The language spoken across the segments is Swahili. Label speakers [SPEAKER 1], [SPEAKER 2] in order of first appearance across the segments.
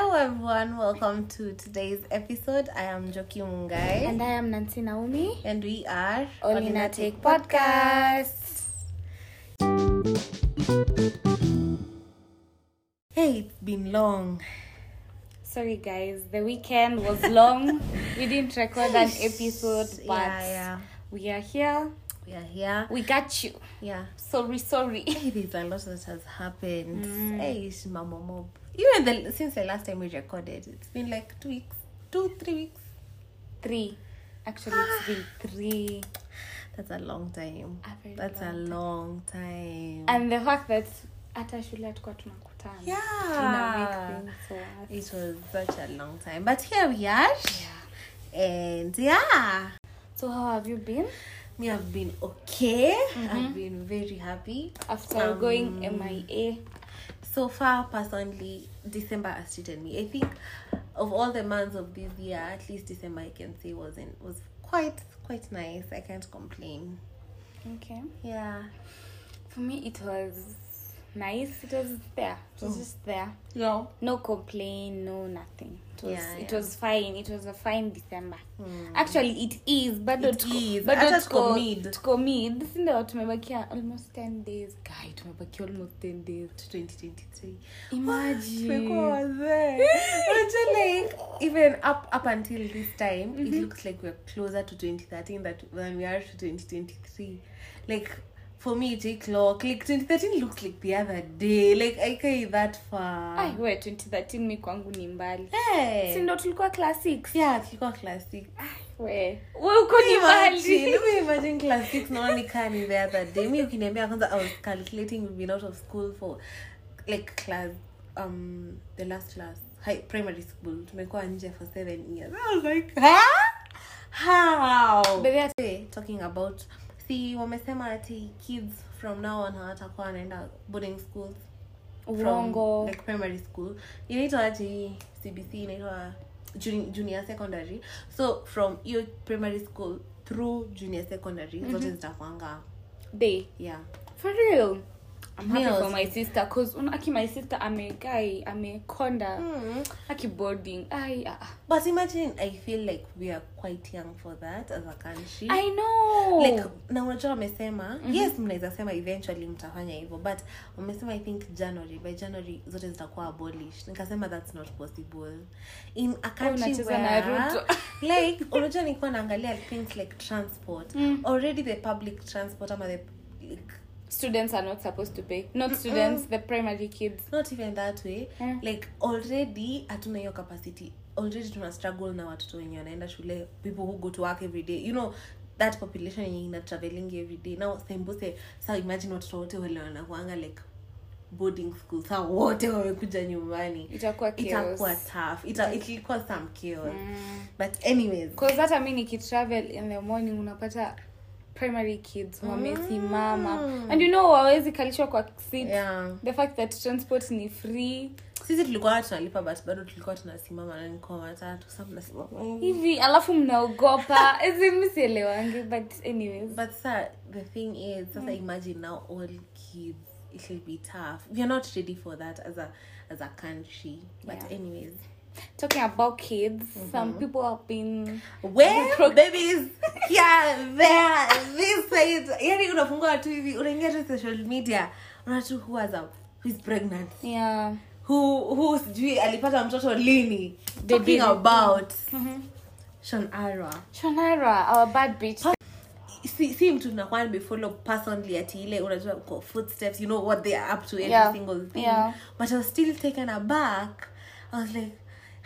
[SPEAKER 1] everyone, welcome to today's episode. I am Joki Mungai
[SPEAKER 2] And I am Nancy Naomi.
[SPEAKER 1] and we are
[SPEAKER 2] Olina Take Podcast.
[SPEAKER 1] Hey, it's been long.
[SPEAKER 2] Sorry guys, the weekend was long. we didn't record an episode, but
[SPEAKER 1] yeah, yeah.
[SPEAKER 2] we are here.
[SPEAKER 1] We are here.
[SPEAKER 2] We got you.
[SPEAKER 1] Yeah.
[SPEAKER 2] Sorry, sorry.
[SPEAKER 1] Hey, there's a lot that has happened.
[SPEAKER 2] Mm.
[SPEAKER 1] Hey, it's Mama Mob. Even the, since the last time we recorded, it's been like two weeks, two, three weeks.
[SPEAKER 2] Three. Actually, it's been three.
[SPEAKER 1] That's a long time.
[SPEAKER 2] A very
[SPEAKER 1] That's a long time.
[SPEAKER 2] And the fact that hata shule hatukuwa tunakutana.
[SPEAKER 1] yeah.
[SPEAKER 2] Tuna make things work.
[SPEAKER 1] It was such a long time. But here we are. And yeah.
[SPEAKER 2] So how have you been
[SPEAKER 1] Me, I've been okay. I've been very happy.
[SPEAKER 2] Mm-hmm.
[SPEAKER 1] Um,
[SPEAKER 2] after going MIA?
[SPEAKER 1] So far, personally, December has treated me. I think of all the months of this year, at least December I can say was in, was quite quite nice. I can't complain.
[SPEAKER 2] Okay.
[SPEAKER 1] Yeah.
[SPEAKER 2] For me, it was nice. It was there. It
[SPEAKER 1] Oh.
[SPEAKER 2] was just there.
[SPEAKER 1] Yeah.
[SPEAKER 2] no complaint no nothing it was,
[SPEAKER 1] Yeah,
[SPEAKER 2] it
[SPEAKER 1] yeah. Hmm.
[SPEAKER 2] was fine it was a fine december actually it is bado
[SPEAKER 1] It
[SPEAKER 2] tuko-
[SPEAKER 1] is.
[SPEAKER 2] bado
[SPEAKER 1] Hata
[SPEAKER 2] tuko-
[SPEAKER 1] tuko mid.
[SPEAKER 2] tuko mid sindio tumebakia almost 10 days guy tumebakia almost 10 days
[SPEAKER 1] To 2023.
[SPEAKER 2] Imagine.
[SPEAKER 1] Tumekuwa wazee. Unajua like even up up until this time it looks like we're closer to 2013 that than we are to 2023. Like for me it take long. Like 2013 looks like the other day. Like I can't that far.
[SPEAKER 2] Ai, we 2013 mi kwangu ni mbali
[SPEAKER 1] Hey.
[SPEAKER 2] sindo tulikuwa classics
[SPEAKER 1] Yeah, tulikuwa classic.
[SPEAKER 2] we we uko ni mbali
[SPEAKER 1] Imagine, we imagine class six naona nikaa ni the other day. Mi ukiniambia kwanza I was calculating we've been out of school for like class um the last class high primary school tumekuwa nje for seven years. I was like, huh? How?
[SPEAKER 2] Baby, at-
[SPEAKER 1] Hey, talking about see wamesema ati kids from now on hawatakuwa wanaenda boarding schools from,
[SPEAKER 2] uongo
[SPEAKER 1] like primary school inaitwa ati cbc inaitwa juni- junior secondary so from hiyo primary school through junior secondary zote zitakwanga
[SPEAKER 2] day
[SPEAKER 1] yeah
[SPEAKER 2] for real
[SPEAKER 1] Me
[SPEAKER 2] I'm happy for
[SPEAKER 1] also.
[SPEAKER 2] my sister cause una- aki my sister amegai amekonda
[SPEAKER 1] Mm.
[SPEAKER 2] aki boarding ai ah, ah.
[SPEAKER 1] but imagine i feel like we are quite young for that as a country
[SPEAKER 2] i know
[SPEAKER 1] like na unajua wamesema
[SPEAKER 2] Mhm.
[SPEAKER 1] yes mnaweza sema eventually mtafanya hivyo but wamesema i think january by january zote zitakuwa abolished nikasema that's not possible in a country
[SPEAKER 2] Oh, unacheza na
[SPEAKER 1] where,
[SPEAKER 2] Ruto.
[SPEAKER 1] like unajua nilikuwa naangalia things like transport
[SPEAKER 2] Mm.
[SPEAKER 1] already the public transport ama the like,
[SPEAKER 2] students are not supposed to pay not students the primary kids
[SPEAKER 1] not even that way
[SPEAKER 2] Mm.
[SPEAKER 1] like already hatuna hiyo capacity already tuna struggle na watoto wenye wanaenda shule people who go to work every day you know that population yenye ina traveling every day now sembuse sa imagine watoto wote wale wanakuanga like boarding school saa wote wamekuja nyumbani
[SPEAKER 2] itakuwa
[SPEAKER 1] itakuwa tough Ita, ilikuwa some chaos but anyways
[SPEAKER 2] because hata mi nikitravel in the morning unapata primary kids wamesimama and you know wawezi kalishwa kwa seat
[SPEAKER 1] yeah.
[SPEAKER 2] the fact that transport ni free
[SPEAKER 1] sisi tulikuwa tunalipa but bado tulikuwa tunasimama na nikuwa watatu sa mnasimama hivi.
[SPEAKER 2] hivi alafu mnaogopa ezimisielewangi but anyways
[SPEAKER 1] But sir, the thing is, just imagine now all kids. It'll be tough. We are not ready for that as a as a country. But
[SPEAKER 2] Yeah.
[SPEAKER 1] anyways,
[SPEAKER 2] talking about kids some
[SPEAKER 1] Mm-hmm.
[SPEAKER 2] people have been
[SPEAKER 1] where
[SPEAKER 2] pro-
[SPEAKER 1] babies? Yeah, there, this side. Yani unafungua tu hivi, unaingia tu social media, unaona tu who has a who is pregnant,
[SPEAKER 2] yeah
[SPEAKER 1] who who sijui alipata mtoto lini. Talking
[SPEAKER 2] Baby.
[SPEAKER 1] about Sean Ara.
[SPEAKER 2] shonara our bad bitch
[SPEAKER 1] si, si mtu nakuwa nimefollow personally ati ile unajua uko footsteps you know what they are up to every
[SPEAKER 2] Yeah.
[SPEAKER 1] single thing
[SPEAKER 2] Yeah.
[SPEAKER 1] but i was still taken aback i was like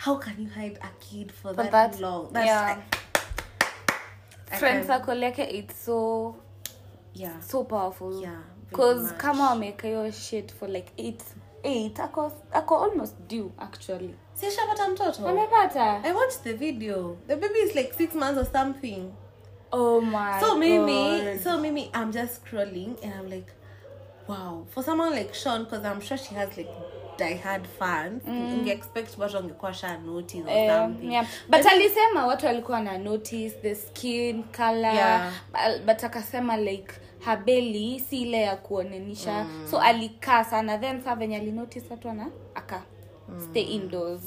[SPEAKER 1] how can you hide a kid for,
[SPEAKER 2] For
[SPEAKER 1] that,
[SPEAKER 2] that-
[SPEAKER 1] long that's
[SPEAKER 2] yeah.
[SPEAKER 1] I- I
[SPEAKER 2] friend
[SPEAKER 1] can't-
[SPEAKER 2] circle yake it's so
[SPEAKER 1] yeah
[SPEAKER 2] so powerful
[SPEAKER 1] Yeah, very
[SPEAKER 2] cause
[SPEAKER 1] much.
[SPEAKER 2] kama wameka hiyo shit for like eight eight ako, ako almost due actually
[SPEAKER 1] si ashapata mtoto
[SPEAKER 2] amepata
[SPEAKER 1] i watched the video the baby is like six months or something
[SPEAKER 2] oh my
[SPEAKER 1] so mimi
[SPEAKER 2] God.
[SPEAKER 1] so mimi i'm just scrolling and i'm like wow for someone like sean because i'm sure she has like diehard fans mm. expect watu wangekuwa sha notice or
[SPEAKER 2] Eh,
[SPEAKER 1] something
[SPEAKER 2] yeah. but alisema watu walikuwa na notice the skin color
[SPEAKER 1] Yeah.
[SPEAKER 2] bu- but akasema like habeli si ile ya kuonanisha
[SPEAKER 1] Mm. Mm.
[SPEAKER 2] so alikaa sana then saa venye alinotice watu ana aka stay indoors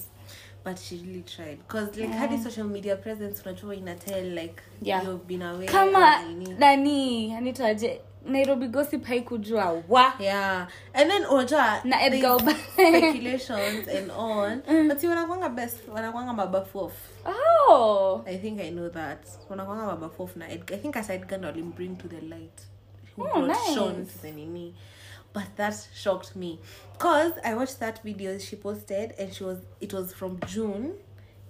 [SPEAKER 1] but she really tried because like hadi social media presence unajua ina tell like
[SPEAKER 2] Yeah.
[SPEAKER 1] you've been away
[SPEAKER 2] kama
[SPEAKER 1] or nini.
[SPEAKER 2] nani anitaje nairobi gossip haikujua wa
[SPEAKER 1] yeah and then unajua
[SPEAKER 2] Na
[SPEAKER 1] these
[SPEAKER 2] Edgar Mm. Obama.
[SPEAKER 1] speculations and on but si wanakwanga best wanakwanga mabafof
[SPEAKER 2] oh.
[SPEAKER 1] i think i know that wanakwanga mabafof na edgar i think asa edgar ndo alimbring to the light who
[SPEAKER 2] Oh,
[SPEAKER 1] brought
[SPEAKER 2] nice.
[SPEAKER 1] Shaun to the nini but that shocked me because i watched that video she posted and she was it was from june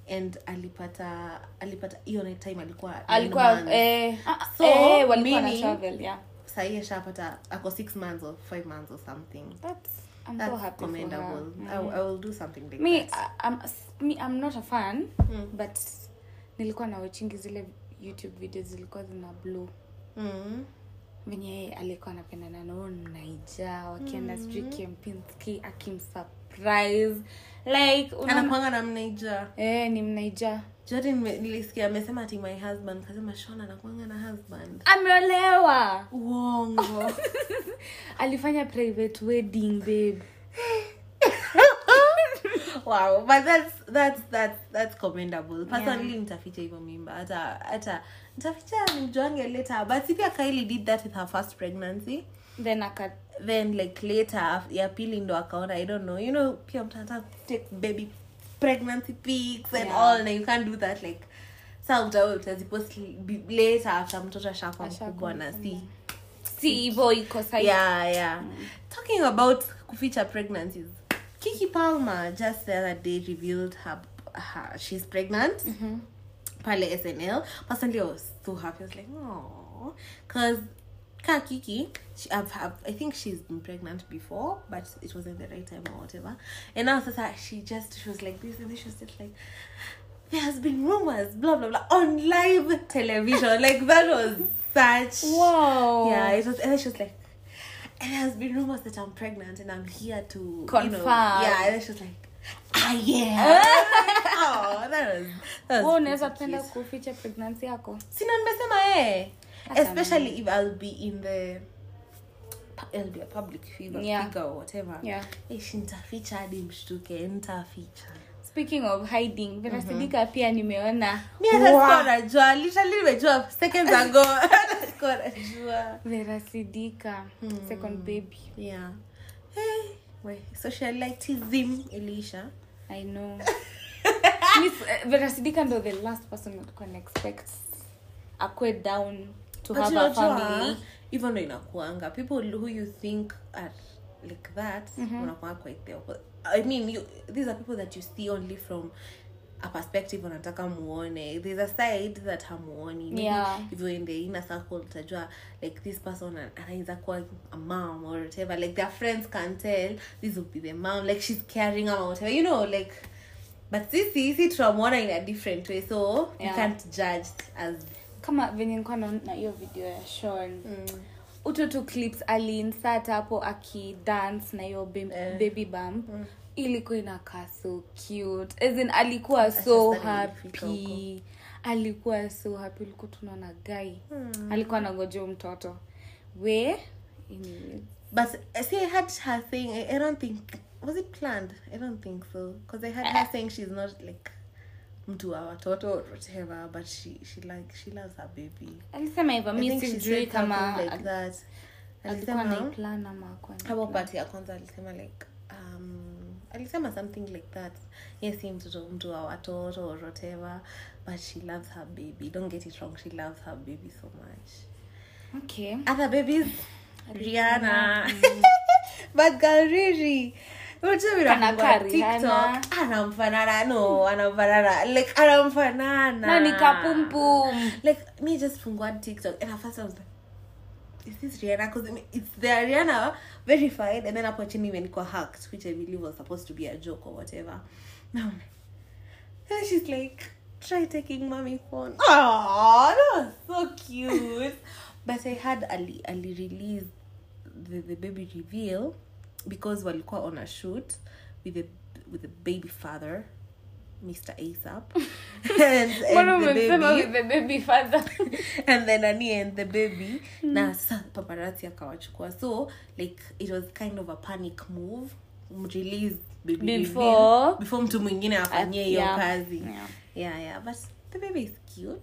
[SPEAKER 1] and alipata alipata hiyo night time alikuwa nine
[SPEAKER 2] alikuwa
[SPEAKER 1] months.
[SPEAKER 2] eh, ah,
[SPEAKER 1] So,
[SPEAKER 2] eh, walikuwa na
[SPEAKER 1] meaning-
[SPEAKER 2] travel yeah
[SPEAKER 1] sahi ashapata ako six months or five months or something
[SPEAKER 2] that's i'm so
[SPEAKER 1] That's
[SPEAKER 2] happy for her. Mm.
[SPEAKER 1] commendable. Oh, I, I will do something Mm, like
[SPEAKER 2] me uh,
[SPEAKER 1] that.
[SPEAKER 2] I, I'm, me i'm not a fan but nilikuwa na wachingi zile youtube videos zilikuwa zina blue
[SPEAKER 1] Mm.
[SPEAKER 2] venye yeye alikuwa anapendana nao naija wakienda sijui
[SPEAKER 1] Mm-hmm.
[SPEAKER 2] kempinski akimsurprise like una...
[SPEAKER 1] anakwanga na mnaija
[SPEAKER 2] eh, ni mnaija
[SPEAKER 1] jordan me- nilisikia amesema ati my husband kasema shon anakwanga na husband
[SPEAKER 2] ameolewa
[SPEAKER 1] uongo
[SPEAKER 2] alifanya private wedding babe
[SPEAKER 1] wow but that's that's that's that's commendable personally nitaficha hivyo mimba hata hata nitaficha nimjuange later but si pia kylie did that with her first pregnancy
[SPEAKER 2] then aka
[SPEAKER 1] then like later af- ya pili ndo akaona i don't know you know pia mtata take baby pregnancy pics and
[SPEAKER 2] Yeah.
[SPEAKER 1] all na you can't do that like sa utawe utazipost l- b- later after mtoto ashakwa
[SPEAKER 2] Ashakuwa
[SPEAKER 1] mkubwa na si
[SPEAKER 2] si hivyo iko sahi
[SPEAKER 1] yeah yeah talking about kuficha pregnancies kiki palmer just the other day revealed her, her she's pregnant pale snl personally i was so happy i was like oh because ka kiki she, I've, I've, i think she's been pregnant before but it wasn't the right time or whatever and now sasa she just she was like this and then she was just like there has been rumors blah blah blah on live television like that was such
[SPEAKER 2] wow
[SPEAKER 1] yeah, it was, and then she was like, and there has been rumors that I'm pregnant and I'm here to You
[SPEAKER 2] Confirm.
[SPEAKER 1] know, yeah, and then she was like, ah, yeah. oh, that was that
[SPEAKER 2] Wewe
[SPEAKER 1] was
[SPEAKER 2] unaweza
[SPEAKER 1] pretty
[SPEAKER 2] penda
[SPEAKER 1] cute.
[SPEAKER 2] kuficha pregnancy yako
[SPEAKER 1] Sina nimesema eh,
[SPEAKER 2] Hata
[SPEAKER 1] especially if I'll be in the. I'll be a public figure,
[SPEAKER 2] Yeah.
[SPEAKER 1] figure or whatever.
[SPEAKER 2] Yeah.
[SPEAKER 1] Ish, nitaficha hadi mshtuke, nitaficha.
[SPEAKER 2] speaking of hiding
[SPEAKER 1] Mm-hmm.
[SPEAKER 2] verasidika pia nimeona
[SPEAKER 1] Mi hata sikuwa najua, literally nimejua seconds ago. Hata sikuwa najua.
[SPEAKER 2] verasidika second baby
[SPEAKER 1] yeah hey, we socialitism iliisha
[SPEAKER 2] i know Miss, eh, verasidika ndo the last person ulikuwa na expect akwe down to
[SPEAKER 1] But
[SPEAKER 2] have a
[SPEAKER 1] unajua,
[SPEAKER 2] family
[SPEAKER 1] hivyo ndo inakuanga people who you think are like that
[SPEAKER 2] Mm-hmm.
[SPEAKER 1] unakuanga quite the oppo- i mean you, these are people that you see only from a perspective unataka muone there's a side that hamuoni Maybe
[SPEAKER 2] Yeah.
[SPEAKER 1] if you're in the inner circle utajua like this person an- anaweza kuwa a mom or whatever like their friends can tell this will be the mom like she's caring ama whatever you know like but sisi si tunamwona in a different way so
[SPEAKER 2] Yeah.
[SPEAKER 1] you can't judge as
[SPEAKER 2] kama venye nikuwa naona hiyo video ya shon utoto clips aliinsert hapo akidance na hiyo bim- baby bump ilikuwa inakaa so cute As in, alikuwa so
[SPEAKER 1] sasa nilifika
[SPEAKER 2] happy alikuwa so happy ulikuwa tunaona gai
[SPEAKER 1] hmm.
[SPEAKER 2] alikuwa anangojea huyu mtoto we anyways.
[SPEAKER 1] But uh, see, I had her saying, I, I don't think, was it planned? I don't think so. Because I had her
[SPEAKER 2] Uh.
[SPEAKER 1] saying she's not like mtu wa watoto or whatever, but she, she like, she loves her baby.
[SPEAKER 2] alisema hivyo
[SPEAKER 1] I
[SPEAKER 2] mi
[SPEAKER 1] think she
[SPEAKER 2] sijui
[SPEAKER 1] said
[SPEAKER 2] kama
[SPEAKER 1] something like that.
[SPEAKER 2] alikuwa
[SPEAKER 1] Alisema,
[SPEAKER 2] naiplan ama hakuwa na
[SPEAKER 1] hapo
[SPEAKER 2] plan.
[SPEAKER 1] pati ya kwanza alisema like, um, alisema something like that. Yes, si mtoto mtu wa watoto or whatever, but she loves her baby. Don't get it wrong, she loves her baby so much.
[SPEAKER 2] okay
[SPEAKER 1] other babies riana but girl riri Unajua vile
[SPEAKER 2] Kana
[SPEAKER 1] anafungua
[SPEAKER 2] ka
[SPEAKER 1] TikTok,
[SPEAKER 2] Rihanna.
[SPEAKER 1] anamfanana no anamfanana like anamfanana
[SPEAKER 2] na nikapumpum
[SPEAKER 1] like me just funguad tiktok and at first i was like is this rihanna because it's the rihanna verified and then hapo chini imeandikwa hacked which i believe was supposed to be a joke or whatever now I'm like- then she's like try taking mommy phone oh that was so cute but i had ali ali release the, the baby reveal because walikuwa on a shoot with the with the baby father mr asap and,
[SPEAKER 2] mbona
[SPEAKER 1] and the
[SPEAKER 2] umesema
[SPEAKER 1] baby
[SPEAKER 2] with the baby father
[SPEAKER 1] and then Annie and the baby
[SPEAKER 2] Hmm.
[SPEAKER 1] na sa paparazzi akawachukua so like it was kind of a panic move mrelease baby
[SPEAKER 2] Before-
[SPEAKER 1] Bill before mtu mwingine afanyie hiyo
[SPEAKER 2] yeah.
[SPEAKER 1] kazi
[SPEAKER 2] Yeah.
[SPEAKER 1] yeah yeah but the baby is cute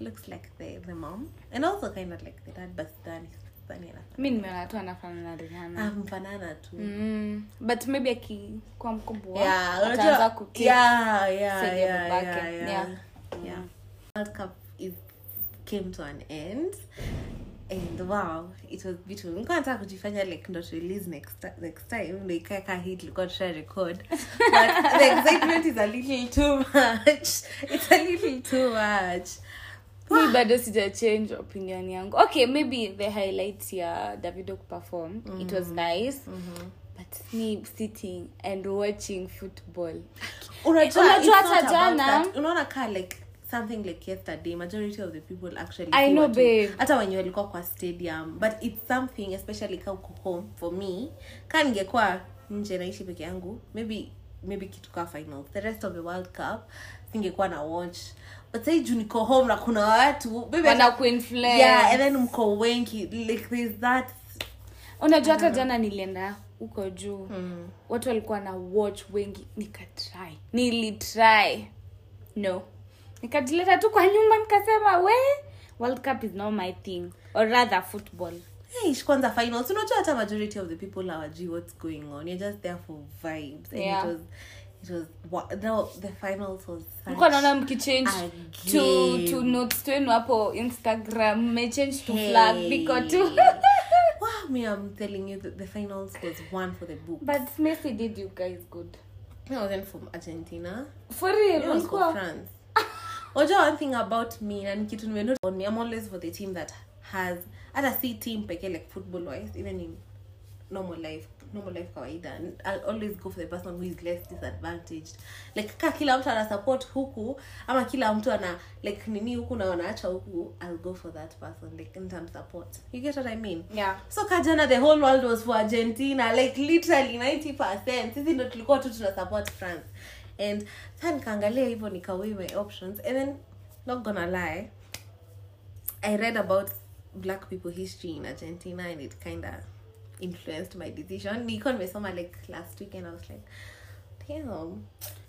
[SPEAKER 1] looks like the, the mom and also kind of like the dad but Danny Danny Um, ana-
[SPEAKER 2] mi nimeona tu anafanana na Rihanna.
[SPEAKER 1] Ah. amfanana tu
[SPEAKER 2] Mm, but maybe akikuwa mkubwa
[SPEAKER 1] Yeah, unajua-
[SPEAKER 2] ataanza kutia
[SPEAKER 1] yeah, yeah,
[SPEAKER 2] side ya
[SPEAKER 1] yeah,
[SPEAKER 2] babake.
[SPEAKER 1] yeah, yeah.
[SPEAKER 2] Yeah.
[SPEAKER 1] Yeah. World Cup is came to an end and wow it was beautiful nilikuwa nataka kujifanya like ndo tu release next ti- next time ndo ikae ka hii tulikuwa tusha record but the excitement is a little too much it's a little too much
[SPEAKER 2] mi bado sija change opinion yangu okay maybe the highlight ya davido kuperform it
[SPEAKER 1] Mm-hmm.
[SPEAKER 2] was nice but me sitting and watching football
[SPEAKER 1] unajua
[SPEAKER 2] Unajua
[SPEAKER 1] it's not
[SPEAKER 2] hata
[SPEAKER 1] about
[SPEAKER 2] jana-
[SPEAKER 1] that. unaona ka like something like yesterday majority of the people actually
[SPEAKER 2] I
[SPEAKER 1] si
[SPEAKER 2] know,
[SPEAKER 1] watu-
[SPEAKER 2] babe.
[SPEAKER 1] hata wenye walikuwa kwa stadium but it's something especially ka uko home for me ka ningekuwa nje naishi peke yangu maybe maybe kitu ka final the rest of the world cup singekuwa na watch but sai juu niko home na kuna watu baby,
[SPEAKER 2] wana
[SPEAKER 1] hata- yeah, and
[SPEAKER 2] kuinfluence
[SPEAKER 1] then mko wengi like there's that
[SPEAKER 2] unajua
[SPEAKER 1] Mm-hmm.
[SPEAKER 2] hata jana nilienda huko juu watu walikuwa na watch wengi nikatry nilitry no nikajileta tu kwa nyumba nikasema we world cup is not my thing or rather football
[SPEAKER 1] Eish, kwanza finals unajua hata majority of the people hawajui what's going on you're just there for vibes and
[SPEAKER 2] Yeah.
[SPEAKER 1] it was it was wa- no the finals was such-
[SPEAKER 2] mko naona mkichange
[SPEAKER 1] a
[SPEAKER 2] to,
[SPEAKER 1] game.
[SPEAKER 2] to notes twenu hapo instagram mmechange to
[SPEAKER 1] Hey.
[SPEAKER 2] flag biko tu
[SPEAKER 1] wow me i'm telling you the, the finals was one for the book
[SPEAKER 2] but messi did you guys good
[SPEAKER 1] i wasn't from argentina
[SPEAKER 2] for
[SPEAKER 1] It was
[SPEAKER 2] real
[SPEAKER 1] for
[SPEAKER 2] ulikuwa-
[SPEAKER 1] France. Unajua one thing about me na ni kitu nimenote on me, I'm always for the team that has hata si team pekee like football wise even in normal life normal life kawaida and I'll always go for the person who is less disadvantaged like ka kila mtu ana support huku ama kila mtu ana like nini huku na wanaacha huku I'll go for that person like in terms support you get what I mean
[SPEAKER 2] yeah
[SPEAKER 1] so kajana the whole world was for argentina like literally 90 sisi ndo tulikuwa tu tuna support france and sa nikaangalia hivyo nikaweigh my options and then not gonna lie i read about black people history in argentina and it kind of influenced my decision nilikuwa nimesoma like last week and i was like damn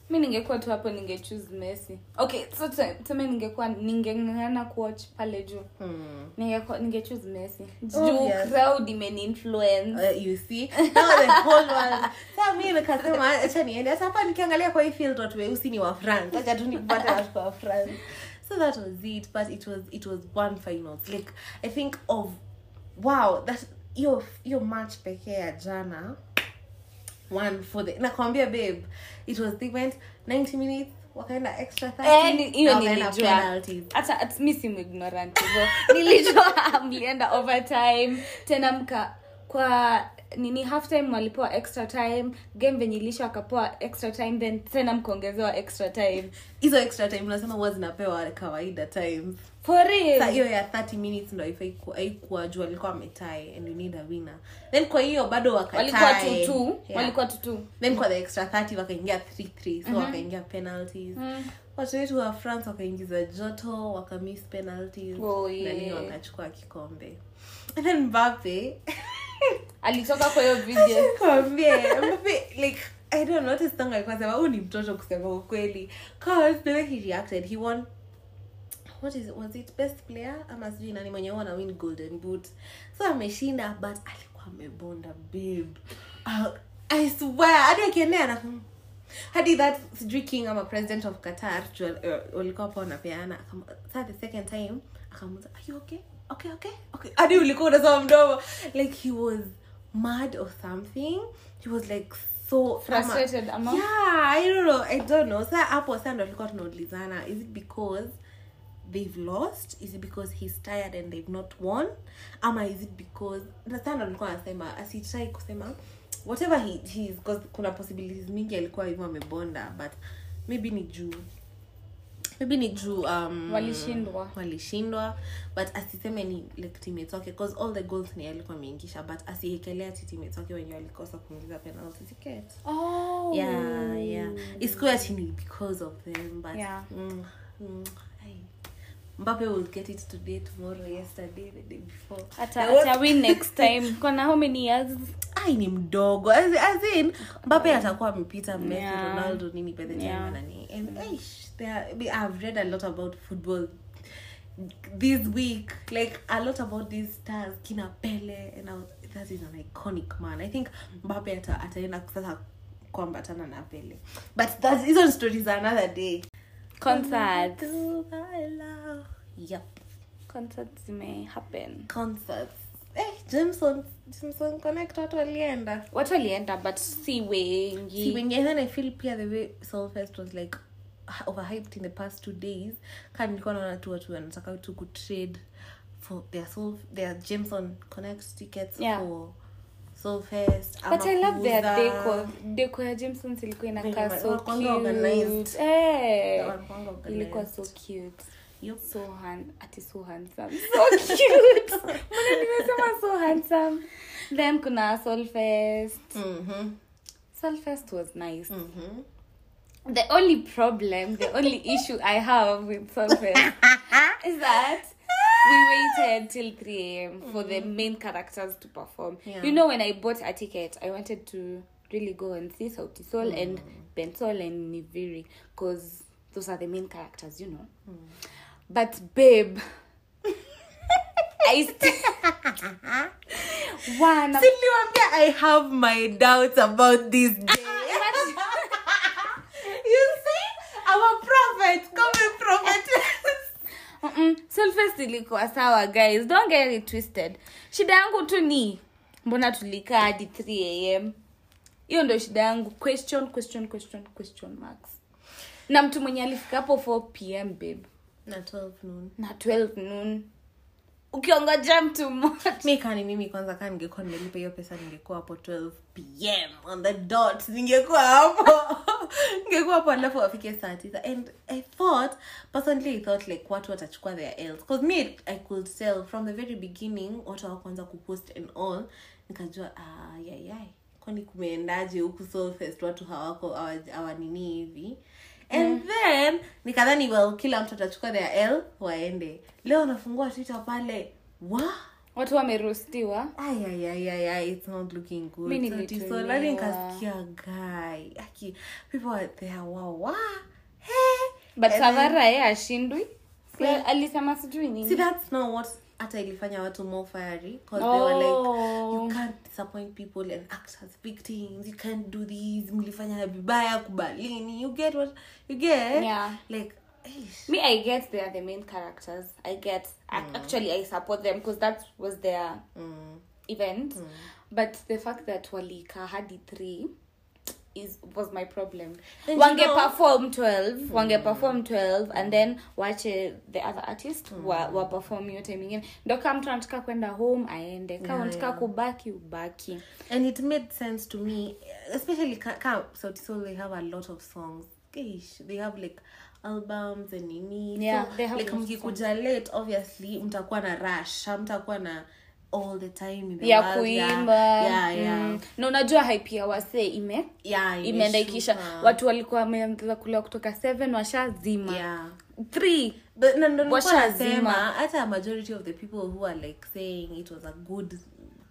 [SPEAKER 2] mi ningekuwa tu hapo ningechoose messi okay so tu- tuseme ningekuwa ningengana kuwatch pale juu
[SPEAKER 1] hmm.
[SPEAKER 2] ningekuwa ningechoose messi juu
[SPEAKER 1] Obvious.
[SPEAKER 2] crowd imeniinfluence
[SPEAKER 1] Uh, you see now the whole world sa mi nikasema acha niende hata hapa nikiangalia kwa hii field watu weusi ni wa france acha tu nipate watu wa france so that was it but it was it was one finals like i think of wow that hiyo hiyo match pekee ya jana one for the nakwambia babe it was they went 90 minutes wakaenda extra 30
[SPEAKER 2] Eh, ni- hiyo
[SPEAKER 1] na wakaenda
[SPEAKER 2] nilijua
[SPEAKER 1] penalties.
[SPEAKER 2] hata at- mi si ignorant hivo nilijua mlienda overtime tena mka kwa nini half time walipewa extra time game venye ilisha wakapewa extra time then tena mkaongezewa extra time
[SPEAKER 1] hizo extra time unasema huwa zinapewa kawaida times
[SPEAKER 2] for
[SPEAKER 1] Sa
[SPEAKER 2] real
[SPEAKER 1] hiyo ya 30 minutes ndo haifai ku- haikuwa juu alikuwa ametae and you need a winner then kwa hiyo bado
[SPEAKER 2] walikuwa
[SPEAKER 1] wakatae
[SPEAKER 2] tutu
[SPEAKER 1] Yeah.
[SPEAKER 2] walikuwa Mhm. tutu
[SPEAKER 1] then kwa the extra 30 wakaingia 33 so wakaingia penalties
[SPEAKER 2] Mm.
[SPEAKER 1] watu wetu wa france wakaingiza joto wakamiss penalties
[SPEAKER 2] Oh, yeah.
[SPEAKER 1] na nini wakachukua kikombe and then mbape
[SPEAKER 2] alitoka kwa hiyo video
[SPEAKER 1] kwambie mbape like i don't know tesong alikuwa sema huu ni mtoto kusema ukweli cause the way he reacted he won what is was it best player ama sijui nani mwenye huwa na win golden boot so ameshinda but alikuwa amebonda babe uh, i swear hadi akiendea na hadi that sijui king ama president of qatar juu wal- eh, walikuwa hapo wanapeana akam- saa the second time akamuza are you okay okay okay okay hadi ulikuwa unasoma mdomo like he was mad or something he was like so ama-
[SPEAKER 2] Frustrated ama-
[SPEAKER 1] yeah i don't know i don't know sa hapo sa ndo tulikuwa tunaulizana is it because they've lost is it because he's tired and they've not won ama is it because na sa ndo alikuwa anasema asitrai kusema whatever he, he's cause kuna possibilities mingi alikuwa hivyo amebonda but maybe ni juu maybe ni juu um,
[SPEAKER 2] Walishindwa.
[SPEAKER 1] walishindwa but asiseme ni like teammates wake cause all the goals ni yeye alikuwa ameingisha but asiekelea ati teammates wake wenye walikosa kuingiza penalty ticket
[SPEAKER 2] oh.
[SPEAKER 1] yeah yeah it's good that he knew because of them but
[SPEAKER 2] Yeah.
[SPEAKER 1] mm, mm, ay. mbappe will get it today tomorrow yesterday the day before
[SPEAKER 2] Ata- ata win next time kona how many years
[SPEAKER 1] ai ni mdogo as, as in mbape atakuwa amepita messi
[SPEAKER 2] Yeah.
[SPEAKER 1] ronaldo nini by the time
[SPEAKER 2] Yeah.
[SPEAKER 1] nani and eish, there are- we- i've read a lot about football this week like a lot about these stars kina pele and I was, that is an iconic man i think mbape ata, ataenda sasa kuambatana na pele but that's hizo stories are another day
[SPEAKER 2] concerts
[SPEAKER 1] yep Mm-hmm.
[SPEAKER 2] concerts may happen
[SPEAKER 1] concerts eh, jameson jameson connect watu walienda
[SPEAKER 2] watu walienda but si
[SPEAKER 1] See,
[SPEAKER 2] wengi
[SPEAKER 1] when and then I feel pia the way Solfest was like h- overhyped in the past two days. Kama nilikuwa naona tu watu wanataka tu kutrade for their Sol their Jameson Connect tickets
[SPEAKER 2] Yeah.
[SPEAKER 1] for Solfest.
[SPEAKER 2] but i love their
[SPEAKER 1] Amakuza.
[SPEAKER 2] deco deco ya jamesons ilikuwa
[SPEAKER 1] Very
[SPEAKER 2] inakaa so
[SPEAKER 1] much. Kwanza organized.
[SPEAKER 2] cute Eh,
[SPEAKER 1] Wanakuanga organized.
[SPEAKER 2] ilikuwa so cute
[SPEAKER 1] Yup.
[SPEAKER 2] so han ati so handsome so cute mbona nimesema so handsome then kuna solfest
[SPEAKER 1] Mhm.
[SPEAKER 2] solfest was nice
[SPEAKER 1] Mhm.
[SPEAKER 2] the only problem the only issue i have with solfest is that we waited till 3 a.m for the main characters to perform
[SPEAKER 1] Yeah.
[SPEAKER 2] you know when i bought a ticket i wanted to really go and see sauti sol and bensol and niviri because those are the main characters you know but babe i st- one
[SPEAKER 1] Siliwambia I have my doubts about this day. you see, I'm a prophet. Come a prophet.
[SPEAKER 2] Mm-mm. Solfest ilikuwa sawa guys don't get it twisted shida yangu tu ni mbona tulikaa hadi 3 am hiyo ndo shida yangu question question question question marks na mtu mwenye alifika hapo 4 pm babe
[SPEAKER 1] na 12 noon
[SPEAKER 2] na 12 noon ukiongoja mtu mmoja
[SPEAKER 1] mi kani mimi kwanza kaa ningekuwa nimelipa hiyo pesa ningekuwa hapo 12 pm on the dot ningekuwa hapo ningekuwa hapo alafu wafike saa tisa and i thought personally i thought like watu watachukua their els because me i could tell from the very beginning watu hawakuanza kupost and all nikajua ah, yayai kwani kumeendaje huku Solfest watu hawako hawa- hawanini hivi and then nikadhani well kila mtu atachukua their l waende leo nafungua twitter pale wa
[SPEAKER 2] watu wamerustiwa
[SPEAKER 1] Ay, ay, ay, ay, ay, it's not looking good.
[SPEAKER 2] Mimi
[SPEAKER 1] So it is so- na
[SPEAKER 2] nilitumiwa.
[SPEAKER 1] nikasikia guy. Aki, people are there, wawa. Hey.
[SPEAKER 2] but
[SPEAKER 1] And
[SPEAKER 2] savara ye ashindwi Si- alisema sijui
[SPEAKER 1] then- See,
[SPEAKER 2] nini
[SPEAKER 1] that's not what hata ilifanya watu more fiery 'cause they were like
[SPEAKER 2] Oh.
[SPEAKER 1] you can't disappoint people and act as victims you can't do this mlifanya vibaya kubalini you get what you get
[SPEAKER 2] Yeah.
[SPEAKER 1] like eish.
[SPEAKER 2] me i get they are the main characters i get ac- actually i support them because that was their
[SPEAKER 1] Mm.
[SPEAKER 2] event but the fact that walika hadi 3 is was my problem
[SPEAKER 1] And
[SPEAKER 2] wange
[SPEAKER 1] you know- Mm.
[SPEAKER 2] perform 12 wange perform 12 and then wache the other artist
[SPEAKER 1] Mm.
[SPEAKER 2] wa, wa perform hiyo time ingine ndo kama mtu anataka kwenda home aende kama unataka kubaki ubaki
[SPEAKER 1] and it made sense to me especially Ka- Ka- Sauti Sol they have a lot of songs Eish, they have like albums and nini
[SPEAKER 2] Yeah,
[SPEAKER 1] so,
[SPEAKER 2] they have
[SPEAKER 1] like
[SPEAKER 2] lots of
[SPEAKER 1] mkikuja late obviously mtakuwa na rush mtakuwa na all the time in the
[SPEAKER 2] ya
[SPEAKER 1] world, yeah.
[SPEAKER 2] kuimba
[SPEAKER 1] yeah, yeah.
[SPEAKER 2] Mm. na unajua hype ya wasee ime
[SPEAKER 1] Yeah, imeshuka.
[SPEAKER 2] imeenda ikisha watu walikuwa wameanza kula kutoka 7 washazima
[SPEAKER 1] yeah
[SPEAKER 2] 3
[SPEAKER 1] But na- ndo nilikuwa
[SPEAKER 2] Washazima.
[SPEAKER 1] nasema hata majority of the people who are like saying it was a good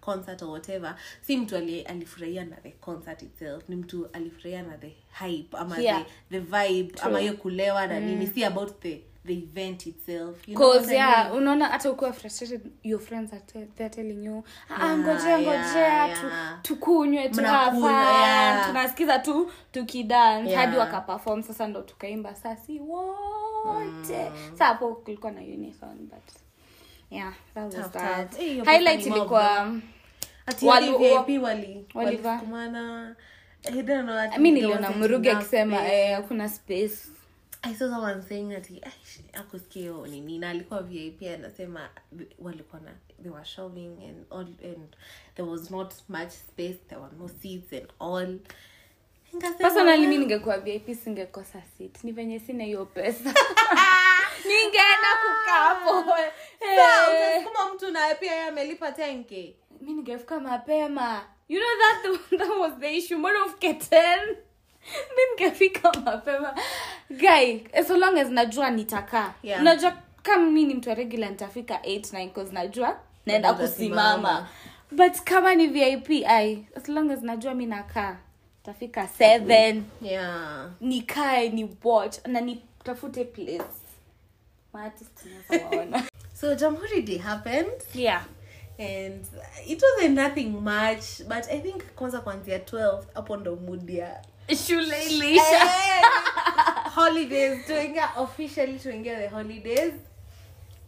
[SPEAKER 1] concert or whatever si mtu ali- alifurahia na the concert itself ni mtu alifurahia na the hype ama
[SPEAKER 2] Yeah. Mm.
[SPEAKER 1] the, the vibe ama hiyo kulewa na nini si about the the event itself you know what
[SPEAKER 2] cause
[SPEAKER 1] I mean?
[SPEAKER 2] yeah unaona hata ukiwa frustrated your friends are te- they're telling you ah ngojea
[SPEAKER 1] yeah,
[SPEAKER 2] ngojea tu-
[SPEAKER 1] yeah.
[SPEAKER 2] tukunywe tu have
[SPEAKER 1] Mnakunywa,
[SPEAKER 2] fun."
[SPEAKER 1] yeah.
[SPEAKER 2] tunasikiza tu tukidance
[SPEAKER 1] Yeah.
[SPEAKER 2] hadi wakaperform sasa ndo tukaimba sasi wote
[SPEAKER 1] Mm.
[SPEAKER 2] sa hapo kulikuwa na uniform but yeah that was
[SPEAKER 1] Tough,
[SPEAKER 2] that
[SPEAKER 1] tough. Eh, hiyo
[SPEAKER 2] highlight
[SPEAKER 1] performing
[SPEAKER 2] ilikuwa
[SPEAKER 1] Ati hadi
[SPEAKER 2] Wali-
[SPEAKER 1] VIP wali
[SPEAKER 2] waliva.
[SPEAKER 1] walisukumana. I don't know, I think
[SPEAKER 2] mi
[SPEAKER 1] there was
[SPEAKER 2] niliona
[SPEAKER 1] like
[SPEAKER 2] mrugi
[SPEAKER 1] enough
[SPEAKER 2] akisema
[SPEAKER 1] space.
[SPEAKER 2] eh, hakuna space
[SPEAKER 1] I saw someone saying that he akusikio nini na alikuwa VIP anasema walikuwa na they were shoving and all and there was not much space there were no seats and all Nikasema,
[SPEAKER 2] personally mi ningekuwa vip singekosa sit ni venye sina hiyo pesa ningeenda kukaa hapo
[SPEAKER 1] "Ah,
[SPEAKER 2] Eh,
[SPEAKER 1] utasukuma mtu na pia yeye amelipa 10k
[SPEAKER 2] mi ningefika mapema you know that, the- that was the issue mbona ufike 10 mi ningefika mapema guy as long as najua nitakaa
[SPEAKER 1] Yeah.
[SPEAKER 2] najua kama mi ni mtu wa regular nitafika 8 9 cause najua naenda
[SPEAKER 1] Utasimama.
[SPEAKER 2] kusimama but kama ni vip i as long as najua mi nakaa tafika seven
[SPEAKER 1] yeah
[SPEAKER 2] nikae ni watch na nitafute place maartist naweza waona
[SPEAKER 1] so jamhuri day happened
[SPEAKER 2] yeah
[SPEAKER 1] and it wasn't nothing much but i think kwanza kuanzia 12 hapo ndo mudia
[SPEAKER 2] shule ilisha
[SPEAKER 1] holidays tuingia officially tuingia the holidays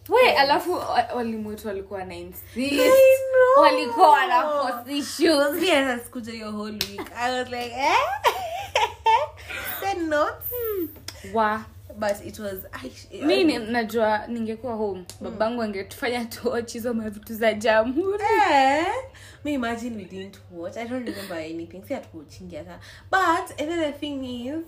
[SPEAKER 2] we alafu wa- walimu wetu walikuwa wanainsi
[SPEAKER 1] I know.
[SPEAKER 2] walikuwa wanaforce issues
[SPEAKER 1] Me, I was kuja your whole week. I was like, eh? Send notes.
[SPEAKER 2] wa
[SPEAKER 1] But it was. I, I-
[SPEAKER 2] mi ni- najua ningekuwa home babangu angetufanya tuochi hizo mavitu za jamhuri
[SPEAKER 1] Eh? Me imagine we didn't watch. I don't remember anything. See, watching together. But another thing is,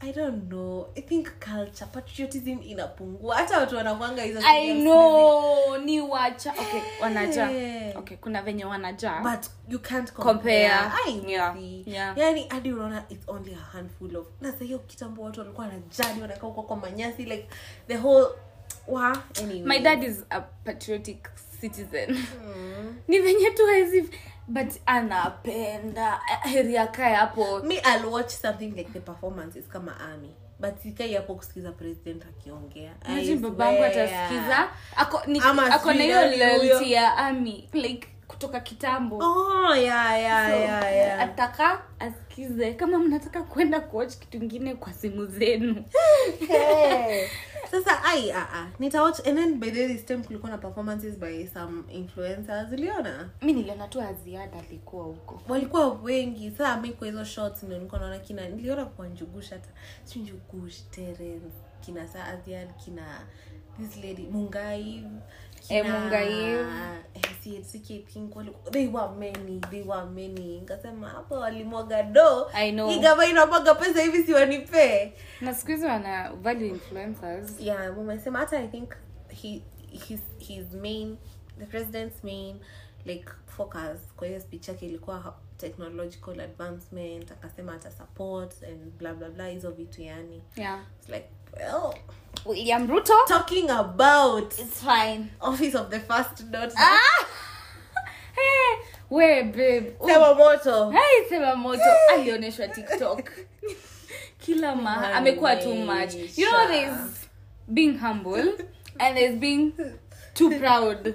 [SPEAKER 1] I don't know. I think culture, patriotism inapungua. Hata watu wanakwanga hizo.
[SPEAKER 2] i
[SPEAKER 1] serious
[SPEAKER 2] know ni wacha okay wanaja
[SPEAKER 1] Eh.
[SPEAKER 2] okay kuna venye wanaja
[SPEAKER 1] but you can't
[SPEAKER 2] Compare.
[SPEAKER 1] compare, I
[SPEAKER 2] Yeah.
[SPEAKER 1] see.
[SPEAKER 2] Yeah.
[SPEAKER 1] yani hadi unaona it's only a handful of na sahiyo kitambo watu walikuwa wanajali wanakaa huko kwa manyasi like the whole wa anyway.
[SPEAKER 2] my dad is a patriotic citizen
[SPEAKER 1] Hmm.
[SPEAKER 2] ni venye tu hawezi but anapenda heri akae hapo
[SPEAKER 1] me i'll watch something like the performances kama army but sikai hapo kusikiza president akiongea I
[SPEAKER 2] imagine babangu
[SPEAKER 1] swear.
[SPEAKER 2] atasikiza ako ni-
[SPEAKER 1] Ama
[SPEAKER 2] ako na
[SPEAKER 1] sijui
[SPEAKER 2] hiyo
[SPEAKER 1] nani huyo.
[SPEAKER 2] loyalty ya ami like kutoka kitambo
[SPEAKER 1] oh yeah yeah
[SPEAKER 2] So,
[SPEAKER 1] yeah yeah
[SPEAKER 2] ataka asikize kama mnataka kwenda kuwatch kitu ingine kwa simu zenu
[SPEAKER 1] Hey. sasa ai ah, aa nitawatch and then by the way, this time kulikuwa na performances by some influencers uliona
[SPEAKER 2] mi niliona tu aziada alikuwa huko
[SPEAKER 1] walikuwa wengi saa mi kwa hizo shots ndio nilikuwa naona kina niliona kwa njugush hata si njugush teren kina saadian kina this lady mungai eh,
[SPEAKER 2] Eh, Mungai.
[SPEAKER 1] pink they were many they were many nikasema hapo walimwaga do
[SPEAKER 2] I know.
[SPEAKER 1] igava inamwaga pesa hivi siwanipee
[SPEAKER 2] na siku hizi wana value influencers
[SPEAKER 1] yeah mama sema hata i think he his his main the president's main like focus kwa hiyo speech yake ilikuwa ha- technological advancement akasema hata support and blah blah blah hizo vitu yani
[SPEAKER 2] yeah
[SPEAKER 1] it's like well
[SPEAKER 2] william ruto
[SPEAKER 1] talking about
[SPEAKER 2] it's fine
[SPEAKER 1] office of the first not
[SPEAKER 2] hey, we babe Oh,
[SPEAKER 1] sema moto
[SPEAKER 2] hey, sema moto alionyeshwa tiktok kila maha amekuwa too much you know there's being humble and there's being too proud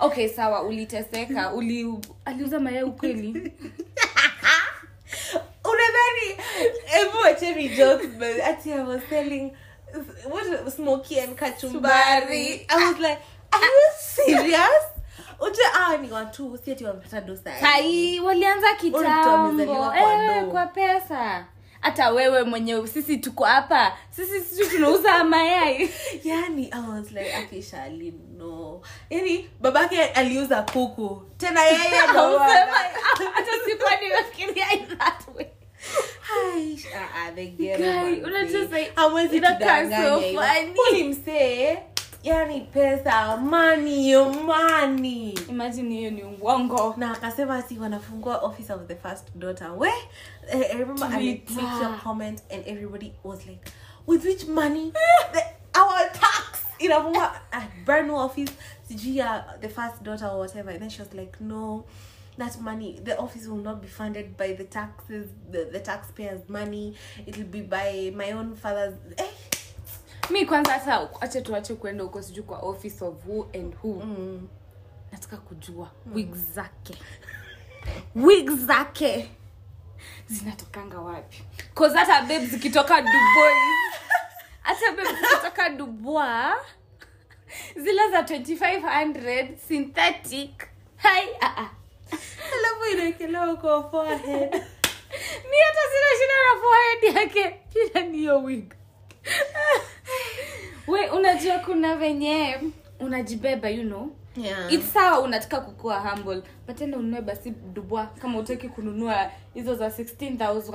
[SPEAKER 2] okay sawa uliteseka uli aliuza mayai ukweli
[SPEAKER 1] Ah! unadhani hebu wacheni jokes but ati i was telling what smoky and kachumbari i was like are you serious uje ah ni watu si ati wamepata dosa
[SPEAKER 2] sai walianza kitambo
[SPEAKER 1] amezaliwa kwa
[SPEAKER 2] Eh,
[SPEAKER 1] ndoo.
[SPEAKER 2] kwa pesa hata wewe mwenyewe sisi tuko hapa sisi sisi tunauza mayai
[SPEAKER 1] yani i was like akishali no yani babake aliuza kuku tena yeye ndo
[SPEAKER 2] Hausema-
[SPEAKER 1] bwana.
[SPEAKER 2] hata sikuwa nimefikiria in that way
[SPEAKER 1] Hai, ah, ah, the girl,
[SPEAKER 2] Guy,
[SPEAKER 1] man,
[SPEAKER 2] unajua
[SPEAKER 1] babe.
[SPEAKER 2] sai-
[SPEAKER 1] Hamwezi
[SPEAKER 2] inakaa
[SPEAKER 1] kudanganya
[SPEAKER 2] so
[SPEAKER 1] hivyo.
[SPEAKER 2] funny.
[SPEAKER 1] Huyu ni msee yani pesa oh, mani mani
[SPEAKER 2] imagine hiyo ni uongo
[SPEAKER 1] na akasema si wanafungua office of the first daughter we eh, I remember I
[SPEAKER 2] Twitter.
[SPEAKER 1] make your comment and everybody was like with which money the, our tax inafungua a brand new office sijui ya the first daughter or whatever and then she was like no that money the office will not be funded by the taxes the, the taxpayers money it'll be by my own father's eh,
[SPEAKER 2] mi kwanza hata acha tuache kuenda huko sijui kwa office of who and who
[SPEAKER 1] mm.
[SPEAKER 2] nataka kujua wig zake wig zake zinatokanga wapi cause hata babe zikitoka dubois hata babe zikitoka dubois zile za 2500 synthetic hai ah, ah.
[SPEAKER 1] alafu inaekelewa kwa forehead
[SPEAKER 2] mi hata sina shida na forehead yake shida ni hiyo wig we unajua kuna venye unajibeba you know
[SPEAKER 1] yeah.
[SPEAKER 2] It's sawa unataka kukua humble but tena ununue basi dubwa kama utaki kununua hizo za 16000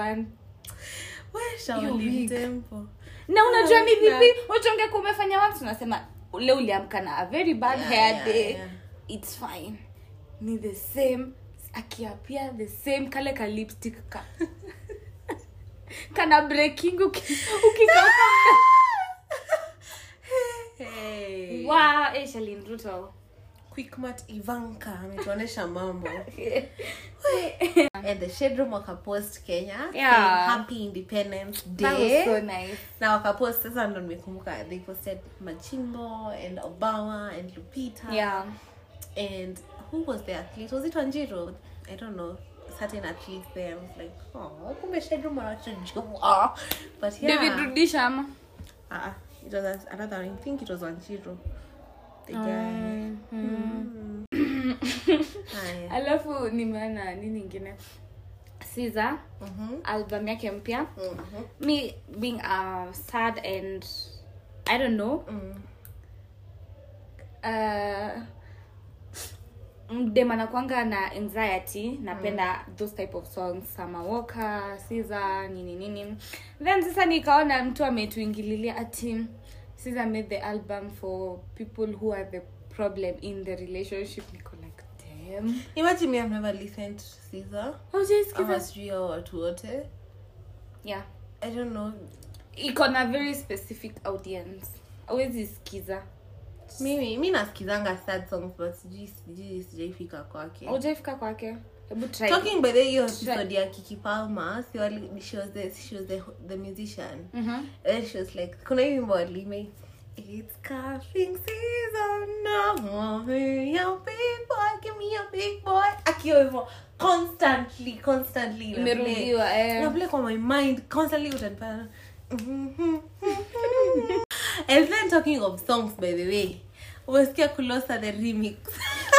[SPEAKER 1] Where
[SPEAKER 2] Your
[SPEAKER 1] shall we
[SPEAKER 2] wig.
[SPEAKER 1] tempo?
[SPEAKER 2] na unajua
[SPEAKER 1] Ah,
[SPEAKER 2] ni vipi utonge kwa umefanya once unasema ule uliamka na a very bad
[SPEAKER 1] Yeah,
[SPEAKER 2] hair
[SPEAKER 1] yeah,
[SPEAKER 2] day
[SPEAKER 1] yeah.
[SPEAKER 2] it's fine ni the same akiapia the same kale ka lipstick ka kana breaking uki- ukikauka
[SPEAKER 1] Hey.
[SPEAKER 2] wa eh, Shalin Ruto
[SPEAKER 1] quickmat ivanka ametuonesha mambo and the shade room wakapost kenya
[SPEAKER 2] Yeah.
[SPEAKER 1] saying happy independence
[SPEAKER 2] That was
[SPEAKER 1] day
[SPEAKER 2] so nice.
[SPEAKER 1] na wakapost sasa ndo nimekumbuka they posted machimbo and obama and lupita
[SPEAKER 2] Yeah.
[SPEAKER 1] and who was the athlete was it wanjiro i don't know certain athlete there I was like oh kumbe shade room wanatujua but yeah
[SPEAKER 2] David Rudisha ama?
[SPEAKER 1] uh, it was as- another i think it was wanjiro the
[SPEAKER 2] Oh,
[SPEAKER 1] guy Hmm.
[SPEAKER 2] Mhm.
[SPEAKER 1] haya
[SPEAKER 2] Alafu nimeona nini ingine? Caesar
[SPEAKER 1] Mm-hmm.
[SPEAKER 2] album yake mpya. Me being a sad and I don't know. Uh, dem anakwanga na anxiety napenda those type of songs sama walker Caesar nini nini then sasa nikaona mtu ametuingililia ati Caesar made the album for people who are the problem in the relationship niko like damn
[SPEAKER 1] imagine me i've never listened to caesar
[SPEAKER 2] haujaisikiza
[SPEAKER 1] ama sijui hao watu wote
[SPEAKER 2] yeah
[SPEAKER 1] i don't know
[SPEAKER 2] iko na very specific audience awezi sikiza
[SPEAKER 1] mimi mi nasikizanga sad songs but sijui sijui sijaifika kwake
[SPEAKER 2] aujaifika kwake hebu try
[SPEAKER 1] talking by the way, hiyo episode ya kiki palma she was the, she was the, the musician
[SPEAKER 2] Mhm.
[SPEAKER 1] And she was like kuna hii wimbo alime It's cuffing season now. Mommy, your big boy, give me your big boy. Akiwa hivyo constantly, constantly. na vile-
[SPEAKER 2] imerudiwa
[SPEAKER 1] na
[SPEAKER 2] eh.
[SPEAKER 1] vile kwa my mind constantly utanipata and then talking of songs by the way umesikia kulosa the remix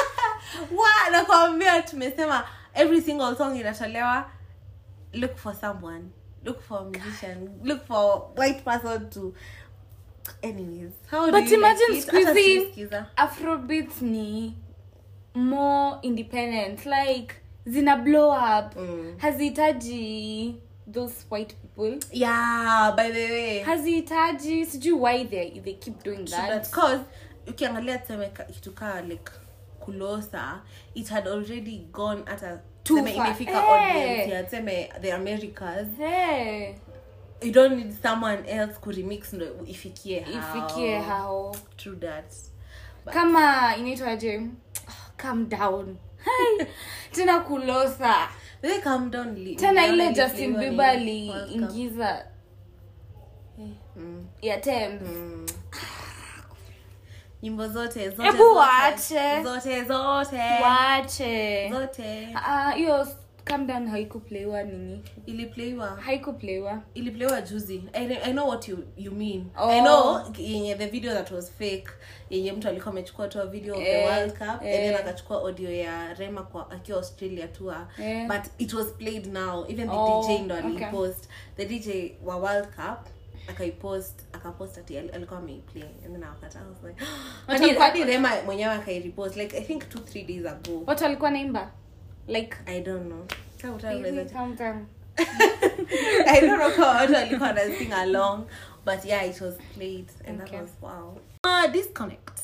[SPEAKER 1] wa nakwambia tumesema every single song inatolewa look for someone look for a musician look for a white person to anyways how
[SPEAKER 2] But
[SPEAKER 1] do you like
[SPEAKER 2] imagine
[SPEAKER 1] it? Hata
[SPEAKER 2] squeezing-
[SPEAKER 1] sijasikiza.
[SPEAKER 2] afrobeats ni more independent like zina blow up
[SPEAKER 1] Mm.
[SPEAKER 2] hazihitaji those white people
[SPEAKER 1] yeah by the way
[SPEAKER 2] hazihitaji sijui why they, they keep doing
[SPEAKER 1] So
[SPEAKER 2] that
[SPEAKER 1] that cause ukiangalia tuseme ka- kitu kaa like kulosa it had already gone hata
[SPEAKER 2] Too
[SPEAKER 1] tuseme
[SPEAKER 2] far.
[SPEAKER 1] imefika
[SPEAKER 2] Eh.
[SPEAKER 1] audience ya tuseme the americas
[SPEAKER 2] hey,
[SPEAKER 1] you don't need someone else kuremix ndo ifikie hao.
[SPEAKER 2] ifikie hao
[SPEAKER 1] true that But-
[SPEAKER 2] kama inaitwaje calm down Hai, tena kulosa
[SPEAKER 1] they calm down li-
[SPEAKER 2] tena
[SPEAKER 1] niliona
[SPEAKER 2] ile
[SPEAKER 1] ile
[SPEAKER 2] justin
[SPEAKER 1] flavor ni
[SPEAKER 2] bieber
[SPEAKER 1] World Cup.
[SPEAKER 2] aliingiza
[SPEAKER 1] Mm,
[SPEAKER 2] ya tem
[SPEAKER 1] mm. nyimbo zote zote
[SPEAKER 2] Ebu
[SPEAKER 1] zote.
[SPEAKER 2] waache.
[SPEAKER 1] zote zote
[SPEAKER 2] wache
[SPEAKER 1] zote
[SPEAKER 2] Ah, hiyo s- calm down haikupleiwa nini
[SPEAKER 1] ilipleiwa
[SPEAKER 2] haikupleiwa
[SPEAKER 1] iliplewa juzi I, kn- i know what you, you mean
[SPEAKER 2] Oh.
[SPEAKER 1] i know yenye the video that was fake yenye mtu alikuwa amechukua tu a video of the
[SPEAKER 2] Eh,
[SPEAKER 1] world cup
[SPEAKER 2] eh.
[SPEAKER 1] and then akachukua audio ya rema kwa akiwa australia tour
[SPEAKER 2] Eh.
[SPEAKER 1] but it was played now even the
[SPEAKER 2] Oh,
[SPEAKER 1] dj ndo
[SPEAKER 2] okay.
[SPEAKER 1] alipost the dj wa world cup akaipost akapost ati al- alikuwa ameiplay and then akakata I was like hadi,
[SPEAKER 2] walikuwa-
[SPEAKER 1] hadi rema mwenyewe akairepost like i think two three days ago
[SPEAKER 2] watu walikuwa naimba like
[SPEAKER 1] i don't know Kama utaweza-
[SPEAKER 2] hivi calm down.
[SPEAKER 1] I don't know how watu walikuwa na sing along but yeah it was played and that
[SPEAKER 2] Okay.
[SPEAKER 1] was wow. Uh, disconnect.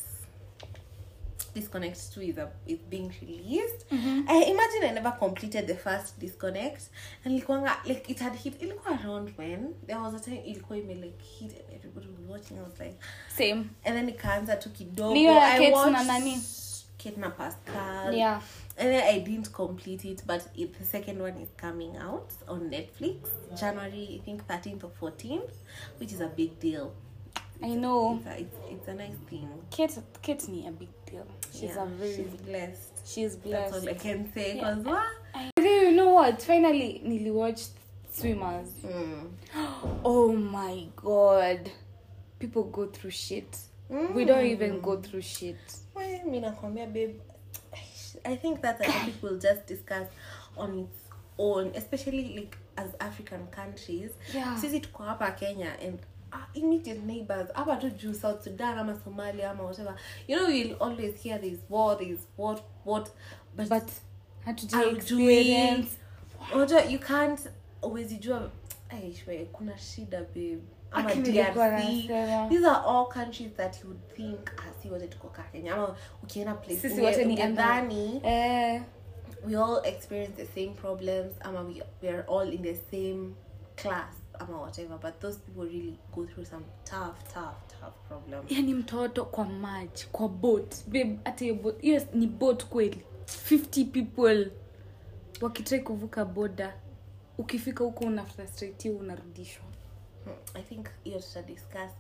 [SPEAKER 1] Disconnect 2 is, a, is being released.
[SPEAKER 2] Mm-hmm.
[SPEAKER 1] I imagine I never completed the first disconnect and ilikuwanga like it had hit ilikuwa around when there was a time ilikuwa ime like hit and everybody was watching I was like
[SPEAKER 2] same
[SPEAKER 1] and then ikaanza tu kidogo.
[SPEAKER 2] Ni hiyo ya
[SPEAKER 1] I
[SPEAKER 2] Kate na
[SPEAKER 1] watched
[SPEAKER 2] nani?
[SPEAKER 1] Kate na Pascal.
[SPEAKER 2] yeah
[SPEAKER 1] And then I didn't complete it, but it, the second one is coming out on Netflix January, I think 13th or 14th, which is a big deal.
[SPEAKER 2] i know
[SPEAKER 1] It's a, it's, it's a nice thing.
[SPEAKER 2] kate, kate ni a big deal she's
[SPEAKER 1] Yeah,
[SPEAKER 2] a very
[SPEAKER 1] she's blessed.
[SPEAKER 2] she's
[SPEAKER 1] That's
[SPEAKER 2] blessed
[SPEAKER 1] all I can say.
[SPEAKER 2] Yeah.
[SPEAKER 1] 'cause, wow.
[SPEAKER 2] I think you know what finally niliwatch swimmers
[SPEAKER 1] Mm.
[SPEAKER 2] oh my god people go through shit we don't even go through shit
[SPEAKER 1] Well, mi nakwambia, babe, I think that's a topic we'll just discuss on its own, especially like as African countries.
[SPEAKER 2] Yeah.
[SPEAKER 1] Sisi tuko hapa Kenya and our immediate neighbors hapa tu juu South Sudan ama Somalia ama whatever. You know we'll always hear this war, this war, what but,
[SPEAKER 2] but hatuja
[SPEAKER 1] aujui.
[SPEAKER 2] experience
[SPEAKER 1] Unajua, you can't always jua Aish, we, kuna shida babe ama
[SPEAKER 2] Lakini nilikuwa nasema.
[SPEAKER 1] DRC. These are all countries that you would think asi wote tuko ka Kenya ama ukienda place
[SPEAKER 2] Sisi
[SPEAKER 1] unge-
[SPEAKER 2] wote ni
[SPEAKER 1] ungedhani
[SPEAKER 2] eh
[SPEAKER 1] we all experience the same problems ama we, we are all in the same class ama whatever but those people really go through some tough tough tough problems
[SPEAKER 2] yani Yaani mtoto kwa maji kwa boat babe hata hiyo boat hiyo ni boat kweli 50 people wakitrai kuvuka boda ukifika huko una frustratiwa unarudishwa
[SPEAKER 1] Hmm, i think hiyo tutadiscuss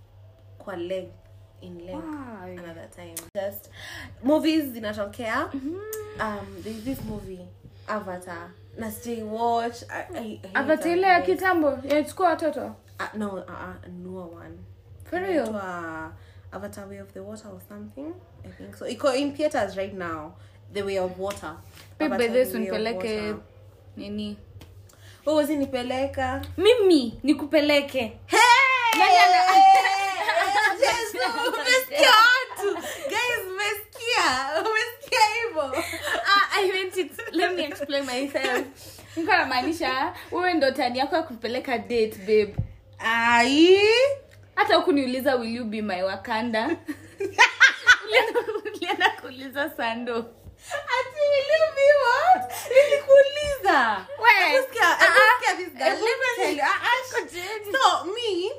[SPEAKER 1] kwa length in length
[SPEAKER 2] Why?
[SPEAKER 1] another time just movies zinatokea
[SPEAKER 2] Mm-hmm.
[SPEAKER 1] um, there's this movie avatar na sijai watch I- I- I hate
[SPEAKER 2] avata ile ya
[SPEAKER 1] Avatar.
[SPEAKER 2] kitambo yachukua watoto
[SPEAKER 1] Ah, no uh, uh, newer one
[SPEAKER 2] For real?
[SPEAKER 1] Inaitwa avatar way of the water or something i think so iko in theaters right now the way of water Avatar The
[SPEAKER 2] bebehes
[SPEAKER 1] Way of
[SPEAKER 2] unipeleke
[SPEAKER 1] Water. Oh,
[SPEAKER 2] nini
[SPEAKER 1] Wewe huwezi nipeleka
[SPEAKER 2] mimi nikupeleke Nani ana-
[SPEAKER 1] Yes, umesikia watu guys umesikia umesikia hivyo
[SPEAKER 2] Ah, I meant it. Let me explain myself. Nilikuwa namaanisha wewe ndo tani yako ya kupeleka date babe
[SPEAKER 1] ai
[SPEAKER 2] hata hukuniuliza will you be my wakanda Ulienda- ulienda kuuliza sando
[SPEAKER 1] ati will you be what nilikuuliza
[SPEAKER 2] Wait. Ah,
[SPEAKER 1] Akusikia-
[SPEAKER 2] Uh-uh.
[SPEAKER 1] akusikia this girl. Let me tell you. Ah, ah, so me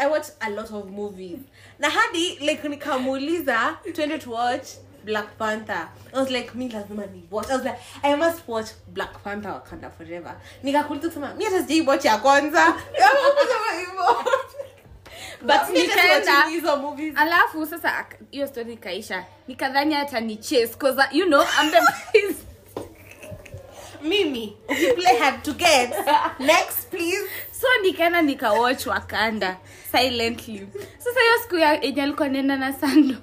[SPEAKER 1] i watch a lot of movies na hadi like nikamuuliza twende to watch black panther i was like mi lazima ni watch i was like i must watch black panther wakanda forever nikakuuliza kusema mi hata sijai watch ya kwanza kusema hivyo
[SPEAKER 2] But
[SPEAKER 1] Mi hata siwatchingi
[SPEAKER 2] nikaenda-
[SPEAKER 1] hizo movies
[SPEAKER 2] alafu sasa ak- hiyo story ikaisha nikadhani hata ni chase cause I- you know I'm the
[SPEAKER 1] mimi ukiplay hard to get next please
[SPEAKER 2] so nikaenda nikawatch wakanda silently sasa hiyo siku ya- yenye alikuwa naenda na sando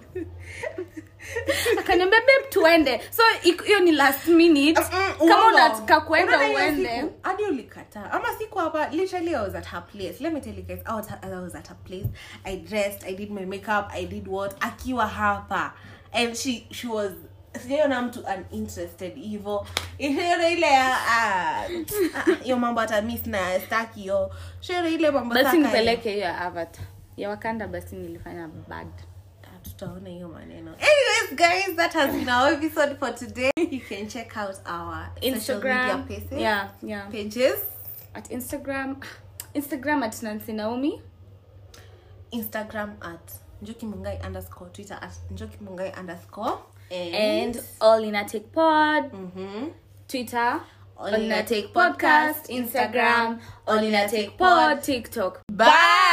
[SPEAKER 2] akaniambia beb tuende so ik- hiyo ni last minute
[SPEAKER 1] Mm,
[SPEAKER 2] kama
[SPEAKER 1] uongo.
[SPEAKER 2] unataka kuenda
[SPEAKER 1] Unaona hiyo
[SPEAKER 2] uende
[SPEAKER 1] siku, hadi ulikataa ama siku hapa literally i was at her place let me tell you guys I was, I was at her place i dressed i did my makeup i did what akiwa hapa and she she was sijaiona mtu uninterested hivo ishaiona ile ya ah, ah, hiyo mambo hata mis na staki hiyo shaiona ile mambo
[SPEAKER 2] basi
[SPEAKER 1] saka-
[SPEAKER 2] nipeleke hiyo ya avatar ya wakanda basi nilifanya bad
[SPEAKER 1] Ah, tutaona hiyo maneno anyways guys that has been our episode for today you can check out our social
[SPEAKER 2] instagram
[SPEAKER 1] media pages,
[SPEAKER 2] yeah, yeah.
[SPEAKER 1] pages.
[SPEAKER 2] at instagram instagram at nancy naomi
[SPEAKER 1] instagram at njoki mungai underscore twitter at njoki mungai underscore and,
[SPEAKER 2] and all in a take pod
[SPEAKER 1] Mhm.
[SPEAKER 2] twitter all
[SPEAKER 1] All
[SPEAKER 2] in a
[SPEAKER 1] Inatek
[SPEAKER 2] take podcast
[SPEAKER 1] Podcast,
[SPEAKER 2] instagram all in a take
[SPEAKER 1] Inatek
[SPEAKER 2] pod
[SPEAKER 1] Pod,
[SPEAKER 2] tiktok
[SPEAKER 1] bye